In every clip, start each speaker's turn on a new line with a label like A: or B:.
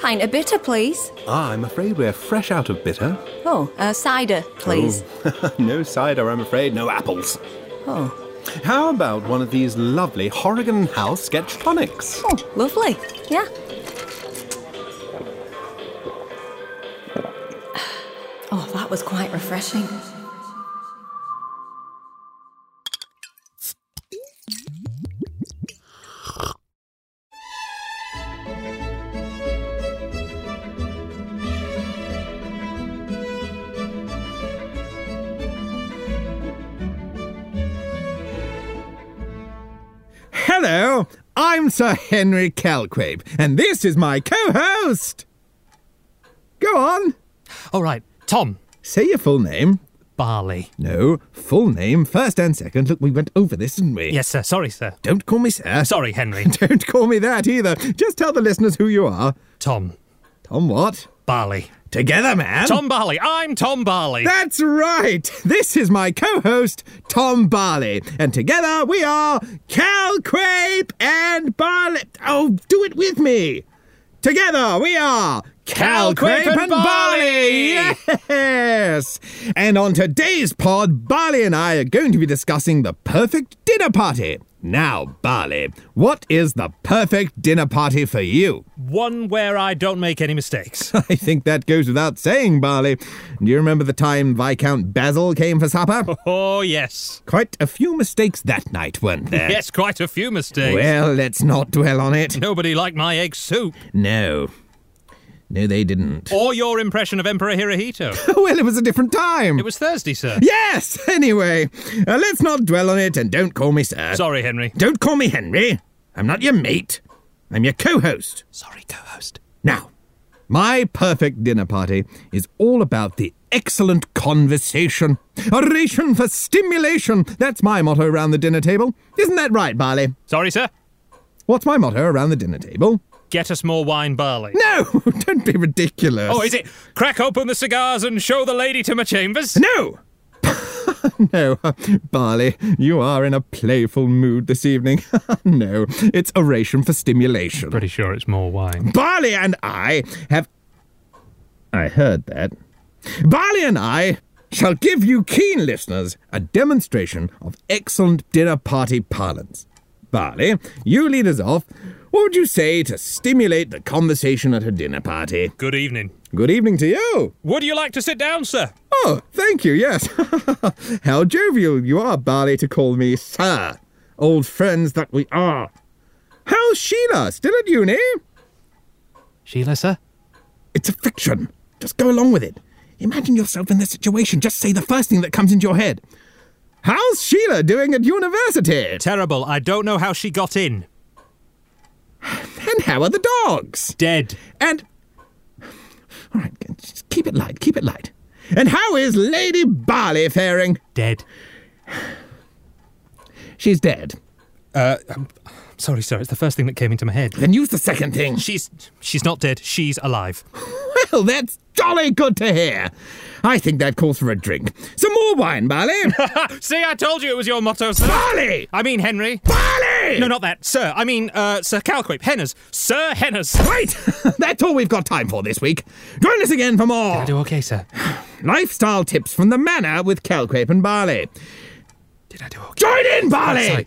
A: Pint of bitter, please.
B: Ah, I'm afraid we're fresh out of bitter.
A: Oh, uh, cider, please.
B: Oh, no cider, I'm afraid. No apples.
A: Oh.
B: How about one of these lovely Horrigan House sketch tonics?
A: oh, lovely. Yeah. Oh, that was quite refreshing.
C: Hello, I'm Sir Henry Calcrape, and this is my co host. Go on,
D: All right, Tom
C: say your full name.
D: Barley.
C: No, full name, first and second. Look, we went over this, didn't we?
D: Yes, sir. Sorry, sir.
C: Don't call me sir.
D: Sorry, Henry.
C: Don't call me that either. Just tell the listeners who you are.
D: Tom
C: Tom what?
D: Barley.
C: Together, man.
D: Tom Barley. I'm Tom Barley.
C: That's right. This is my co-host Tom Barley, and together we are Calcrape and Barley. Oh, do it with me. Together we are Calcrape and, Barley. Yes. And on today's pod, Barley and I are going to be discussing the perfect dinner party. Now, Barley, what is the perfect dinner party for you?
D: One where I don't make any mistakes.
C: I think that goes without saying, Barley. Do you remember the time Viscount Basil came for supper?
D: oh, yes.
C: Quite a few mistakes that night, weren't there?
D: Yes, quite a few mistakes.
C: Well, let's not dwell on it.
D: Nobody liked my egg soup
C: No. No, they didn't.
D: or your impression of Emperor Hirohito.
C: well, it was a different time.
D: It was Thursday, sir.
C: Yes! Anyway, uh, let's not dwell on it and don't call me sir.
D: Sorry, Henry.
C: Don't call me Henry. I'm not your mate. I'm your co host.
D: Sorry, co host.
C: Now, my perfect dinner party is all about the excellent conversation. Oration for stimulation. That's my motto around the dinner table. Isn't that right, Barley?
D: Sorry, sir.
C: What's my motto around the dinner table?
D: Get us more wine, Barley.
C: No, don't be ridiculous.
D: Oh, is it crack open the cigars and show the lady to my chambers?
C: No! no, uh, Barley, you are in a playful mood this evening. no, it's oration for stimulation.
D: Pretty sure it's more wine.
C: Barley and I have. I heard that. Barley and I shall give you keen listeners a demonstration of excellent dinner party parlance. Barley, you lead us off. What would you say to stimulate the conversation at a dinner party?
D: Good evening.
C: Good evening to you.
D: Would you like to sit down, sir?
C: Oh, thank you, yes. How jovial you are, Barley, to call me Sir. Old friends that we are. How's Sheila? Still at uni?
D: Sheila, sir?
C: It's a fiction. Just go along with it. Imagine yourself in this situation. Just say the first thing that comes into your head. How's Sheila doing at university?
D: Terrible. I don't know how she got in.
C: And how are the dogs?
D: Dead.
C: And. All right, just keep it light, keep it light. And how is Lady Barley faring?
D: Dead.
C: She's dead.
D: Sorry, sir. It's the first thing that came into my head.
C: Then use the second thing.
D: She's she's not dead. She's alive.
C: Well, that's jolly good to hear. I think that calls for a drink. Some more wine, Barley.
D: See, I told you it was your motto, sir.
C: Barley!
D: I mean Henry.
C: Barley!
D: No, not that, sir. I mean uh, Sir Calcrape. Henners. Sir Henners.
C: Right, that's all we've got time for this week. Join us again for more
D: do okay, sir.
C: lifestyle tips from the manor with Calcrape and Barley.
D: Did I do okay?
C: Join in, Barley!
D: Sorry.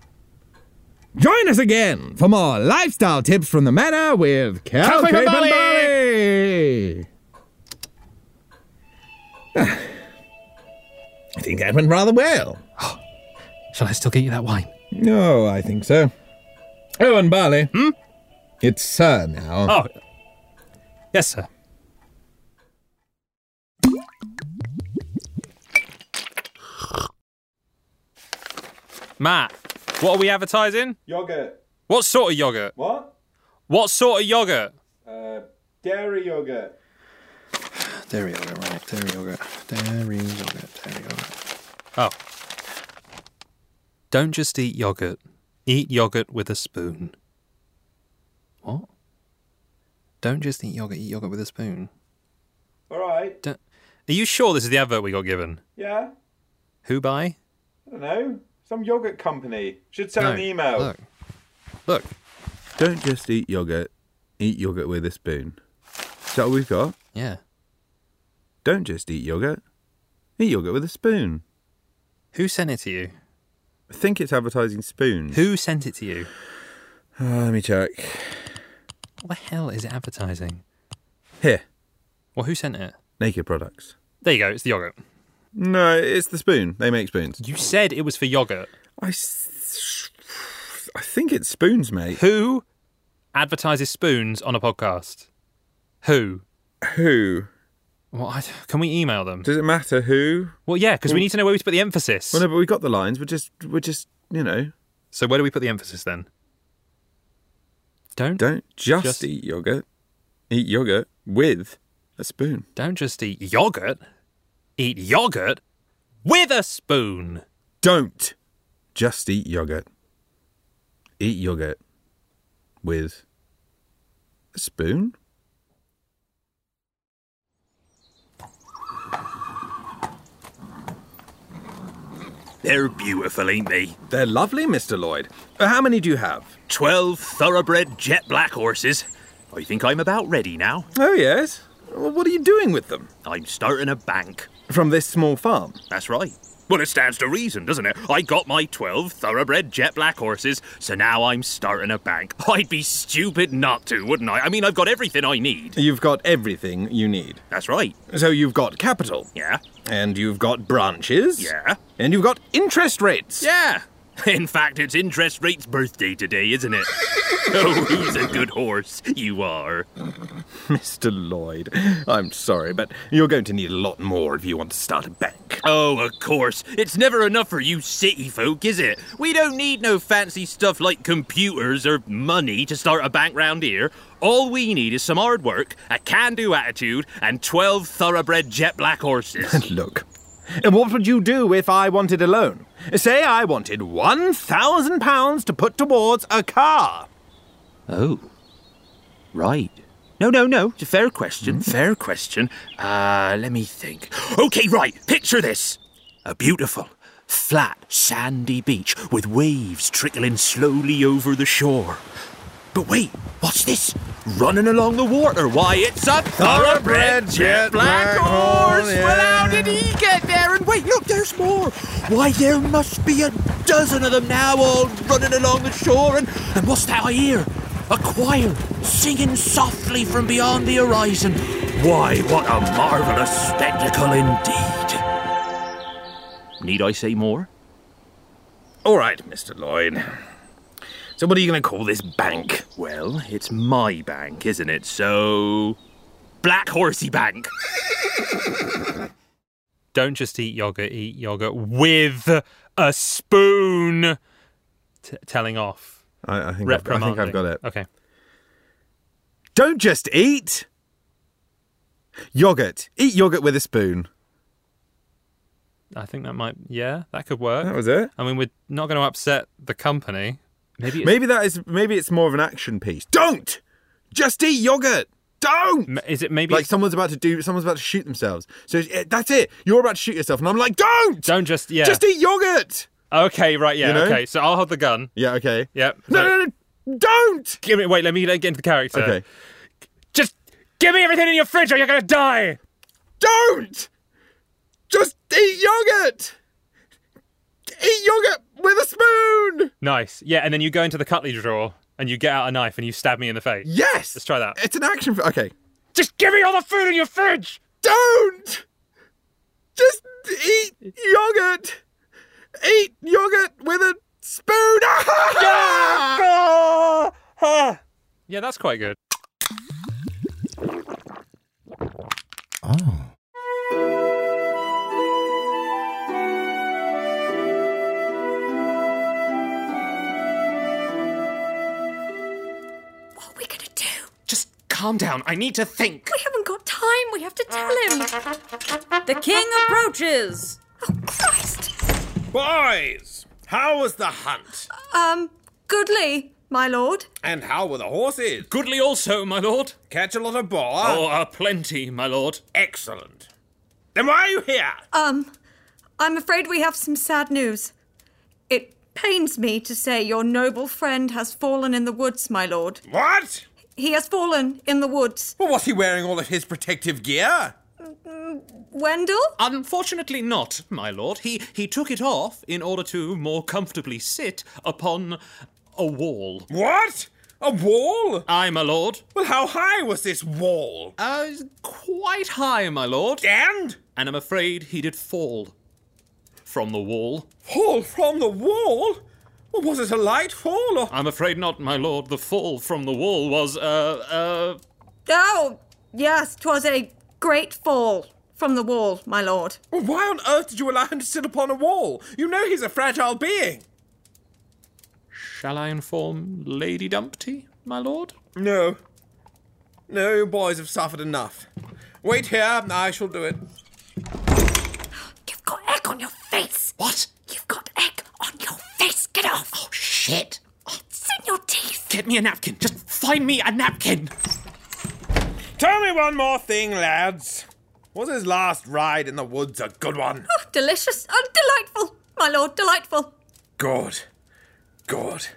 C: Join us again for more lifestyle tips from the manor with Calcrape,
D: Calcrape and
C: and Barley. Ah, I think that went rather well.
D: Shall I still get you that wine?
C: No, I think so. Oh, and Barley. Hmm? It's Sir now.
D: Oh, yes, sir.
E: Matt, what are we advertising?
F: Yogurt.
E: What sort of yogurt?
F: What?
E: What sort of yogurt?
F: Uh, dairy yogurt.
G: Dairy yogurt, right? Dairy yogurt. Dairy yogurt. Dairy yogurt.
E: Oh. Don't just eat yogurt. Eat yogurt with a spoon. What?
G: Don't just eat yogurt. Eat yogurt with a spoon.
F: All right.
E: Don't... Are you sure this is the advert we got given?
F: Yeah.
E: Who by?
F: I don't know. Some Um, yogurt company. Should send
G: No,
D: Oh,
F: an email.
G: Look. Look.
B: Don't just eat yogurt, eat yogurt with a spoon.
C: Is that all we've got?
B: Yeah.
C: Don't just eat yogurt. Eat yogurt with a spoon.
B: Who sent it to you?
C: I think it's advertising spoons.
B: Who sent it to you?
C: Uh, let me check.
B: What the hell is it advertising?
C: Here,
B: Well, who sent it?
C: Naked Products.
B: There you go. It's the yogurt.
C: No, it's the spoon. They make spoons.
B: You said it was for yogurt.
C: I, s- I think it's spoons, mate.
B: Who advertises spoons on a podcast? Who?
C: Who?
B: Well, I, can we email them?
C: Does it matter who?
B: Well, yeah, because we need to know where we put the emphasis.
C: Well, no, but we got the lines. We're just, we're just, you know,
B: So where do we put the emphasis then? Don't
C: don't just,
B: Just-
C: eat yogurt. Eat yogurt with a spoon.
B: don't just eat yogurt. Eat yogurt with a spoon.
C: Don't just eat yogurt. Eat yogurt with a spoon.
H: They're beautiful, ain't they? They're lovely, Mr. Lloyd. Uh, How many do you have?
D: Twelve thoroughbred jet black horses. I think I'm about ready now.
C: Oh, yes. Well, what are you doing with them?
D: I'm starting a bank.
C: From this small farm?
D: That's right. Well, it stands to reason, doesn't it? I got my 12 thoroughbred jet black horses, so now I'm starting a bank. I'd be stupid not to, wouldn't I? I mean, I've got everything I need.
C: You've got everything you need.
D: That's right.
C: So you've got capital.
D: Yeah.
C: And you've got branches.
D: Yeah.
C: And you've got interest rates.
D: Yeah. In fact, it's interest rate's birthday today, isn't it? oh, who's a good horse? You are.
C: Mr. Lloyd, I'm sorry, but you're going to need a lot more if you want to start a bank.
D: Oh, of course. It's never enough for you city folk, is it? We don't need no fancy stuff like computers or money to start a bank round here. All we need is some hard work, a can do attitude, and 12 thoroughbred jet black horses.
C: Look, and what would you do if I wanted a loan? Say I wanted £1,000 to put towards a car.
D: oh. Right. No, no, no. It's a fair question. Fair question. Uh, let me think. Okay, right. Picture this a beautiful, flat, sandy beach with waves trickling slowly over the shore. But wait, what's this? Running along the water. Why, it's a thoroughbred jet black horse. Well, how did he get there? And wait, look, there's more. Why, there must be a dozen of them now, all running along the shore. And, and what's that I hear? A choir singing softly from beyond the horizon. Why, what a marvelous spectacle indeed. Need I say more?
C: All right, Mr. Lloyd. So, what are you going to call this bank?
D: Well, it's my bank, isn't it? So. Black Horsey Bank.
B: Don't just eat yogurt. Eat yogurt with a spoon. T- telling off.
C: I, I, think I've, I
B: Reprimanding.
C: think I've got it.
B: Okay.
C: Don't just eat yogurt. Eat yogurt with a spoon.
B: I think that might. Yeah, that could work.
C: That was it.
B: I mean, we're not going to upset the company. Maybe. It's,
C: Maybe that is. Maybe it's more of an action piece. Don't just eat yogurt. Don't.
B: m- Is it maybe?
C: like someone's about to do. Someone's about to shoot themselves. So it, that's it. You're about to shoot yourself, and I'm like, don't.
B: don't just. Yeah.
C: Just eat yogurt.
B: Okay. Right. Yeah.
C: You know?
B: Okay. So I'll hold the gun.
C: Yeah. Okay.
B: Yep.
C: No. No. no don't.
B: Give me. Wait. Let me like, get into the character.
C: Okay.
B: Just give me everything in your fridge, or you're going to die.
C: Don't. Just eat yogurt. Eat yogurt with a spoon.
B: Nice. Yeah. And then you go into the cutlery drawer and you get out a knife and you stab me in the face.
C: Yes.
B: Let's try that.
C: It's an action. fi- Okay.
B: Just give me all the food in your fridge.
C: Don't! Just eat yogurt! Eat yogurt with a spoon!
B: Yeah, that's quite good.
I: What are we going to do?
J: Just calm down. I need to think.
I: We haven't got time. We have to tell him. The king approaches. Oh, Christ.
K: Boys, how was the hunt?
I: Um, goodly, my lord.
K: And how were the horses?
B: Goodly also, my lord.
K: Catch a lot of boar?
D: Ah.
C: Oh.
B: uh, plenty, my lord.
K: Excellent. Then why are you here?
I: Um, I'm afraid we have some sad news. It pains me to say your noble friend has fallen in the woods, my lord.
K: what?
I: He has fallen in the woods.
D: Well, was he wearing all of his protective gear?
I: Wendell?
B: Unfortunately not, my lord. He he took it off in order to more comfortably sit upon a wall.
D: What? A wall?
B: Aye, my lord.
D: Well, how high was this wall?
B: Uh, quite high, my lord.
D: And?
B: And I'm afraid he did fall from the wall.
D: Fall from the wall? Well, was it a light fall
C: Uh.
D: or?
B: I'm afraid not, my lord. The fall from the wall was uh uh
I: Oh, yes, 'twas a great fall from the wall, my lord.
D: Well, why on earth did you allow him to sit upon a wall? You know he's a fragile being.
B: Shall I inform Lady Dumpty, my lord?
D: No. No, you boys have suffered enough. Wait here, I shall do it.
A: You've got egg on your face.
B: What?
A: You've got egg on your face. Get off. Oh,
B: shit.
A: It's in your teeth.
B: Get me a napkin. Just find me a napkin.
D: Tell me one more thing, lads. Was his last ride in the woods a good one?
I: Oh, delicious. Oh, delightful, my lord, delightful.
D: Good. Good.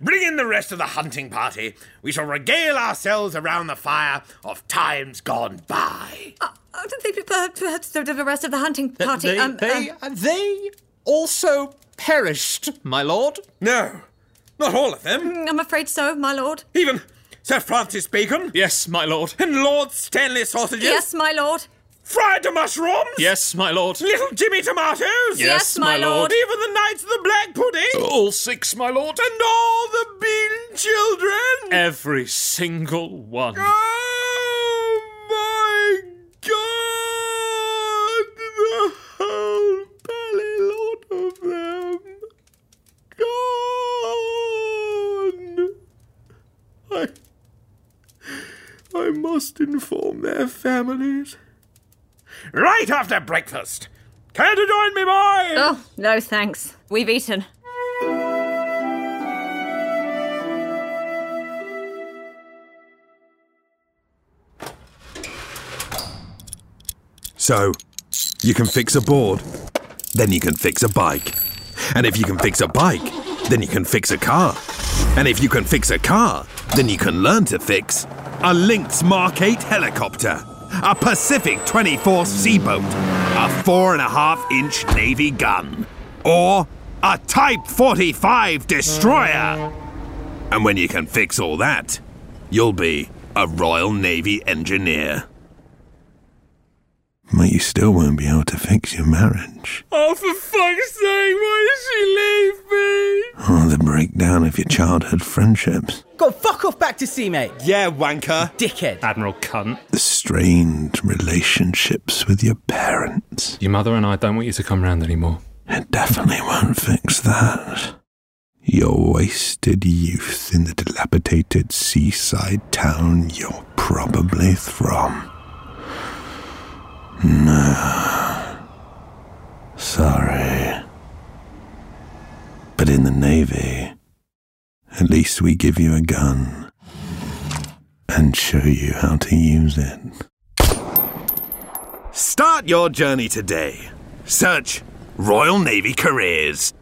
D: Bring in the rest of the hunting party. We shall regale ourselves around the fire of times gone by.
I: Uh, uh, the, the, the, the rest of the hunting party.
B: They,
I: um,
B: they,
I: um,
B: they also perished, my lord.
D: No, not all of them.
I: I'm afraid so, my lord.
D: Even Sir Francis Bacon
B: Yes, my lord.
D: and Lord Stanley Sausages.
I: Yes, my lord.
D: Fried to mushrooms.
B: Yes, my lord.
D: Little Jimmy Tomatoes.
I: Yes, my my lord. lord.
D: Even the Knights of the Black Pudding.
B: All six, my lord.
D: And all the Bean Children.
B: Every single one.
D: Oh my god! The whole belly lot of them gone! I. I must inform their families. Right after breakfast! Care to join me, boys?
I: Oh, no thanks. We've eaten.
L: So, you can fix a board, then you can fix a bike. And if you can fix a bike, then you can fix a car. And if you can fix a car, then you can learn to fix a Lynx Mark 8 helicopter, a Pacific 24 seaboat, a four and a half inch Navy gun, or a Type 45 destroyer. And when you can fix all that, you'll be a Royal Navy engineer. But you still won't be able to fix your marriage.
D: Oh, for fuck's sake, why did she leave me?
L: Or the breakdown of your childhood friendships.
C: Go fuck off back to sea, mate.
D: Yeah, wanker.
C: Dickhead.
B: Admiral Cunt.
L: The strained relationships with your parents.
B: Your mother and I don't want you to come round anymore.
L: It definitely won't fix that. Your wasted youth in the dilapidated seaside town you're probably from. No. Sorry. But in the Navy, at least we give you a gun and show you how to use it.
M: Start your journey today. Search Royal Navy Careers.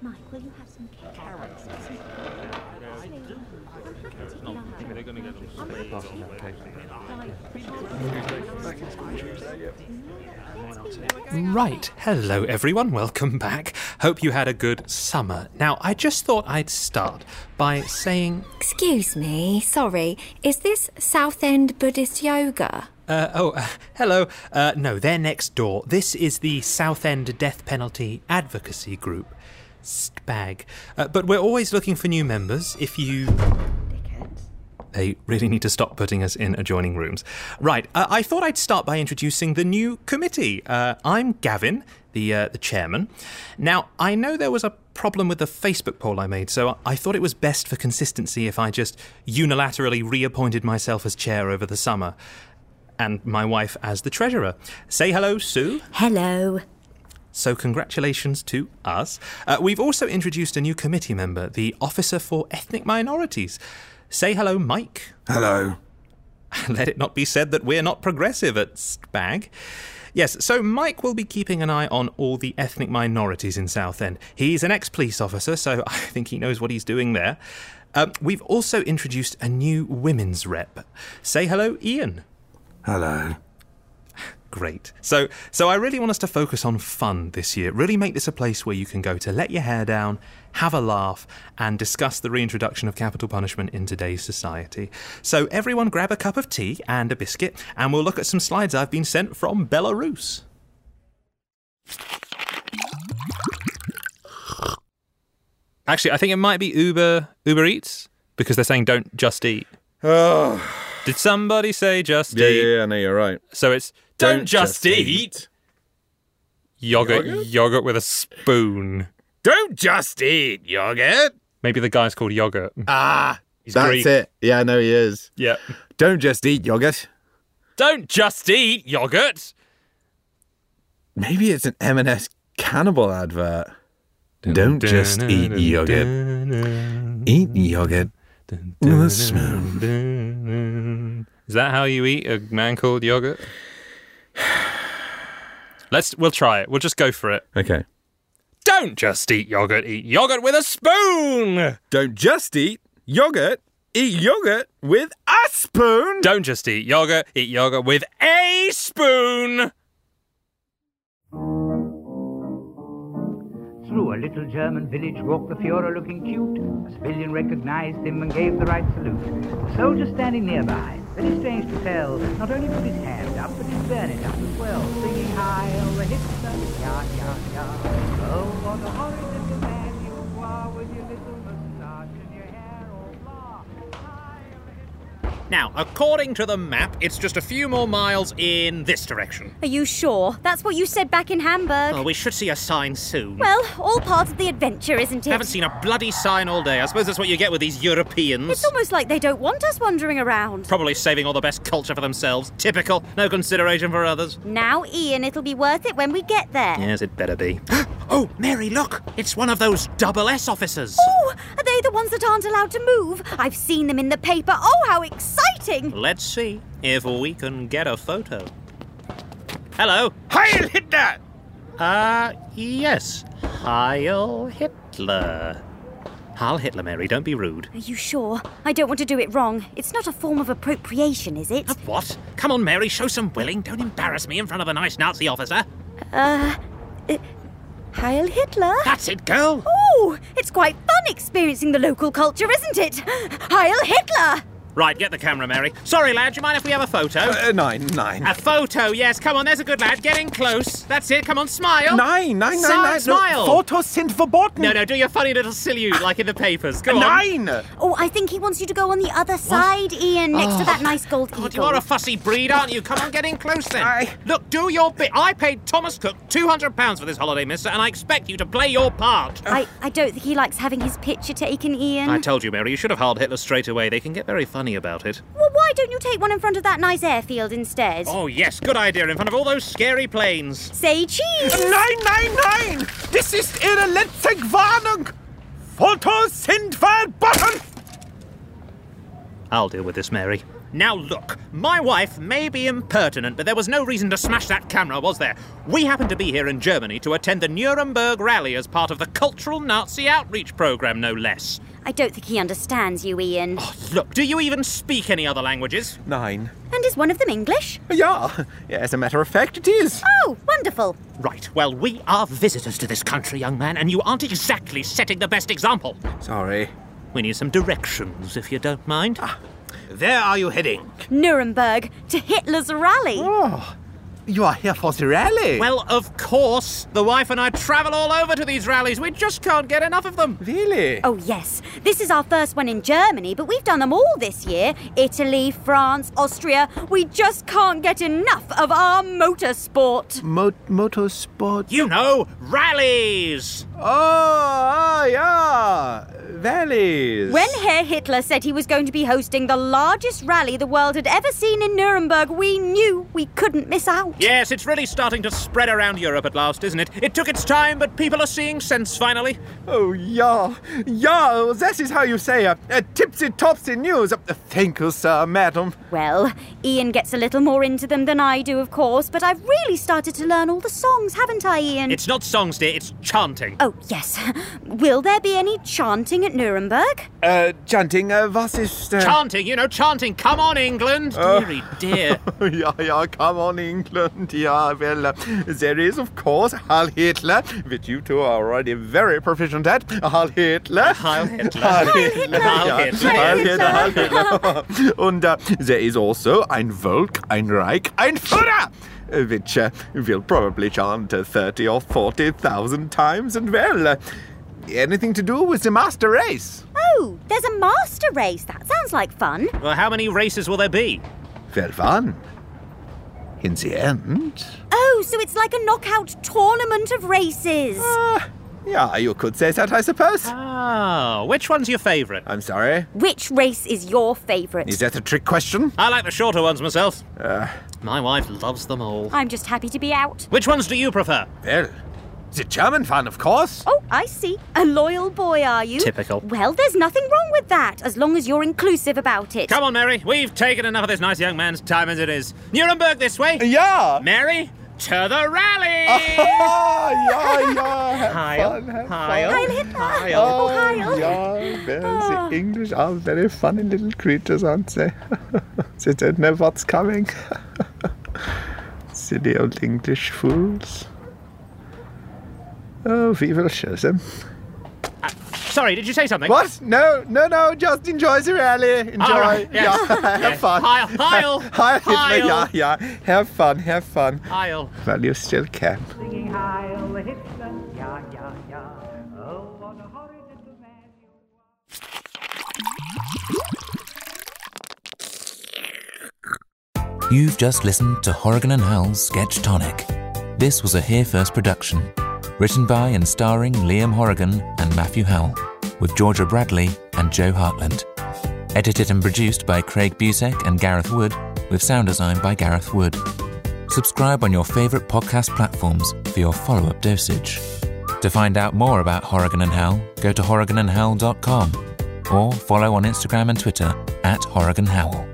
A: Mike, will you have some cake? Carrots.
B: Right. Hello, everyone. Welcome back. Hope you had a good summer. Now, I just thought I'd start by saying.
A: Excuse me. Sorry. Is this Southend Buddhist yoga?
B: Uh, oh, uh, hello. Uh, no, they're next door. This is the Southend Death Penalty Advocacy Group, STBAG. Uh, but we're always looking for new members. If you. They really need to stop putting us in adjoining rooms. Right, uh, I thought I'd start by introducing the new committee. Uh, I'm Gavin, the uh, the chairman. Now, I know there was a problem with the Facebook poll I made, so I thought it was best for consistency if I just unilaterally reappointed myself as chair over the summer, and my wife as the treasurer. Say hello, Sue.
A: Hello.
B: So, congratulations to us. Uh, we've also introduced a new committee member, the Officer for Ethnic Minorities. Say hello, Mike.
L: Hello.
B: Let it not be said that we're not progressive at STBAG. Yes, so Mike will be keeping an eye on all the ethnic minorities in Southend. He's an ex police officer, so I think he knows what he's doing there. Um, we've also introduced a new women's rep. Say hello, Ian.
L: Hello.
B: Great. So, so I really want us to focus on fun this year. Really make this a place where you can go to let your hair down, have a laugh, and discuss the reintroduction of capital punishment in today's society. So, everyone grab a cup of tea and a biscuit, and we'll look at some slides I've been sent from Belarus. Actually, I think it might be Uber Uber Eats because they're saying don't just eat. Did somebody say just
C: Yeah,
B: eat?
C: yeah, yeah, no, you're right.
B: So it's don't, just, eat. Yogurt, yogurt, with a spoon.
N: Don't just eat yogurt.
B: Maybe the guy's called yogurt.
N: Ah,
B: He's
C: That's
B: Greek.
C: it. Yeah, I know he is.
B: Yeah.
C: Don't just eat yogurt.
B: Don't just eat yogurt.
C: Maybe it's an M&S cannibal advert. Don't just eat yogurt. Eat yogurt with a spoon.
B: Is that how you eat a man called yogurt? Let's. We'll try it. We'll just go for it.
C: Okay.
B: Don't just eat yogurt. Eat yogurt with a spoon.
C: Don't just eat yogurt. Eat yogurt with a spoon.
B: Don't just eat yogurt. Eat yogurt with a spoon.
O: Through a little German village walked the Fuhrer looking cute. A civilian recognized him and gave the right salute. A soldier standing nearby, very strange to tell, not only put his hand up, but his bayonet up as well, singing Heil Hitler, ya, ya, ya. Oh, what a horrid little man you are with your little moustache and your hair all black.
D: Now, according to the map, it's just a few more miles in this direction.
P: Are you sure? That's what you said back in Hamburg.
D: Oh, we should see a sign soon.
P: Well, all part of the adventure, isn't it?
D: Haven't seen a bloody sign all day. I suppose that's what you get with these Europeans.
P: It's almost like they don't want us wandering around.
D: Probably saving all the best culture for themselves. Typical. No consideration for others.
P: Now, Ian, it'll be worth it when we get there.
D: Yes, it better be. oh, Mary, look! It's one of those double S officers.
P: Oh, are they the ones that aren't allowed to move? I've seen them in the paper. Oh, how exciting!
D: Let's see if we can get a photo. Hello.
N: Heil Hitler!
D: Uh, yes. Heil Hitler. Heil Hitler, Mary, don't be rude.
P: Are you sure? I don't want to do it wrong. It's not a form of appropriation, is it?
D: What? Come on, Mary, show some willing. Don't embarrass me in front of a nice Nazi officer.
P: Uh, uh, Heil Hitler?
D: That's it, girl.
P: Oh, it's quite fun experiencing the local culture, isn't it? Heil Hitler!
D: Right, get the camera, Mary. Sorry, lad, do you mind if we have a photo?
C: Uh, nine, nine.
D: A photo, yes. Come on, there's a good lad. Getting close. That's it. Come on, smile.
C: Nine, nine, nine,
D: Si-
C: nine.
D: Oh, Smile.
C: No, photos sind verboten.
D: No, no, do your funny little silly like in the papers. Go on.
C: Nine.
P: Oh, I think he wants you to go on the other side, Ian, next to
D: Oh.
P: that nice gold
D: God, you
P: eagle.
D: are a fussy breed, aren't you? Come on, get in close then. Look, do your bit. I paid Thomas Cook £200 for this holiday, mister, and I expect you to play your part.
P: I, I don't think he likes having his picture taken, Ian.
D: I told you, Mary, you should have howled Hitler straight away. They can get very funny about it.
P: well, why don't you take one in front of that nice airfield instead?
D: Oh, yes, good idea, in front of all those scary planes.
P: Say cheese!
C: Nein, nein, nein! Das ist Ihre letzte Warnung! Fotos sind verboten!
D: I'll deal with this, Mary. Now look, my wife may be impertinent, but there was no reason to smash that camera, was there? We happened to be here in Germany to attend the Nuremberg rally as part of the Cultural Nazi Outreach Programme, no less.
P: I don't think he understands you, Ian.
D: Look, do you even speak any other languages?
C: Nine.
P: And is one of them English?
C: Yeah, yeah, as a matter of fact, it is.
P: Oh, wonderful.
D: Right, well, we are visitors to this country, young man, and you aren't exactly setting the best example.
C: Sorry.
D: We need some directions, if you don't mind. Where are you heading?
P: Nuremberg to Hitler's rally.
C: Oh, You are here for the rally.
D: Well, of course. The wife and I travel all over to these rallies. We just can't get enough of them.
C: Really?
P: Oh, yes. This is our first one in Germany, but we've done them all this year Italy, France, Austria. We just can't get enough of our motorsport.
C: Mo- motorsport.
D: You know, rallies!
C: Oh, ah, yeah. valleys.
P: When Herr Hitler said he was going to be hosting the largest rally the world had ever seen in Nuremberg, we knew we couldn't miss out.
D: Yes, it's really starting to spread around Europe at last, isn't it? It took its time, but people are seeing sense finally.
C: Oh, ja, ja, that is how you say uh, uh, tipsy topsy news. Uh, thank you, sir, madam.
P: Well, Ian gets a little more into them than I do, of course, but I've really started to learn all the songs, haven't I, Ian?
D: It's not songs, dear, it's chanting.
P: Oh, yes. Will there be any chanting at Nuremberg?
C: Uh, chanting, uh, was ist. Uh...
D: Chanting, you know, chanting. Come on, England.
C: Uh,
D: Deary dear.
C: yeah, yeah, come on, England. Yeah, well, uh, there is, of course, Heil Hitler, which you two are already very proficient at. Heil Hitler.
D: Heil Hitler.
C: Heil
D: Hitler. Heil Hitler.
C: Heil Hitler.
D: Heil
C: Heil Hitler. Und uh, there is also ein Volk, ein Reich, ein Führer. uh, Which uh, will probably chant uh, 30 or 40,000 times, and well, uh, anything to do with the master race.
P: Oh, there's a master race. That sounds like fun.
D: Well, how many races will there be?
C: Well, one. In the end,
P: Oh, so it's like a knockout tournament of races.
C: yeah, you could say that, I suppose.
D: Ah, which one's your favourite?
C: I'm sorry.
P: Which race is your favourite?
C: Is that a trick question?
D: I like the shorter ones myself. My wife loves them all.
P: I'm just happy to be out.
D: Which ones do you prefer?
C: Well, the German fan, of course.
P: Oh, I see. A loyal boy, are you?
D: Typical.
P: Well, there's nothing wrong with that, as long as you're inclusive about it.
D: Come on, Mary. We've taken enough of this nice young man's time as it is. Nuremberg this way.
C: Yeah. Ah,
D: Mary, to the rally.
C: yeah, yeah.
D: Heil, Heil,
P: Heil Hitler.
D: Heil.
P: Oh, Heil.
C: Yeah, well, the English are very funny little creatures, aren't they? they don't know what's coming. Silly old English fools. Oh, we will show them.
D: Uh, Sorry, did you say something?
C: What? No, no, no, just enjoy the rally. Enjoy.
D: All right, yes.
C: Yeah, have
D: Yes.
C: fun.
D: Heil, Heil,
C: Heil Hitler, yeah,
D: Heil.
C: yeah. Have fun, have fun.
D: Heil.
C: Well, you still can.
O: Singing Heil Hitler, ja, ja, ja. Oh, what a horrid little man you
Q: You've just listened to Horrigan and Howell's Sketch Tonic. This was a Here First production, written by and starring Liam Horrigan and Matthew Howell, with Georgia Bradley and Joe Hartland. Edited and produced by Craig Busek and Gareth Wood, with sound design by Gareth Wood. Subscribe on your favourite podcast platforms for your follow up dosage. To find out more about Horrigan and Howell, go to horriganandhowell.com or follow on Instagram and Twitter at Horrigan Howell.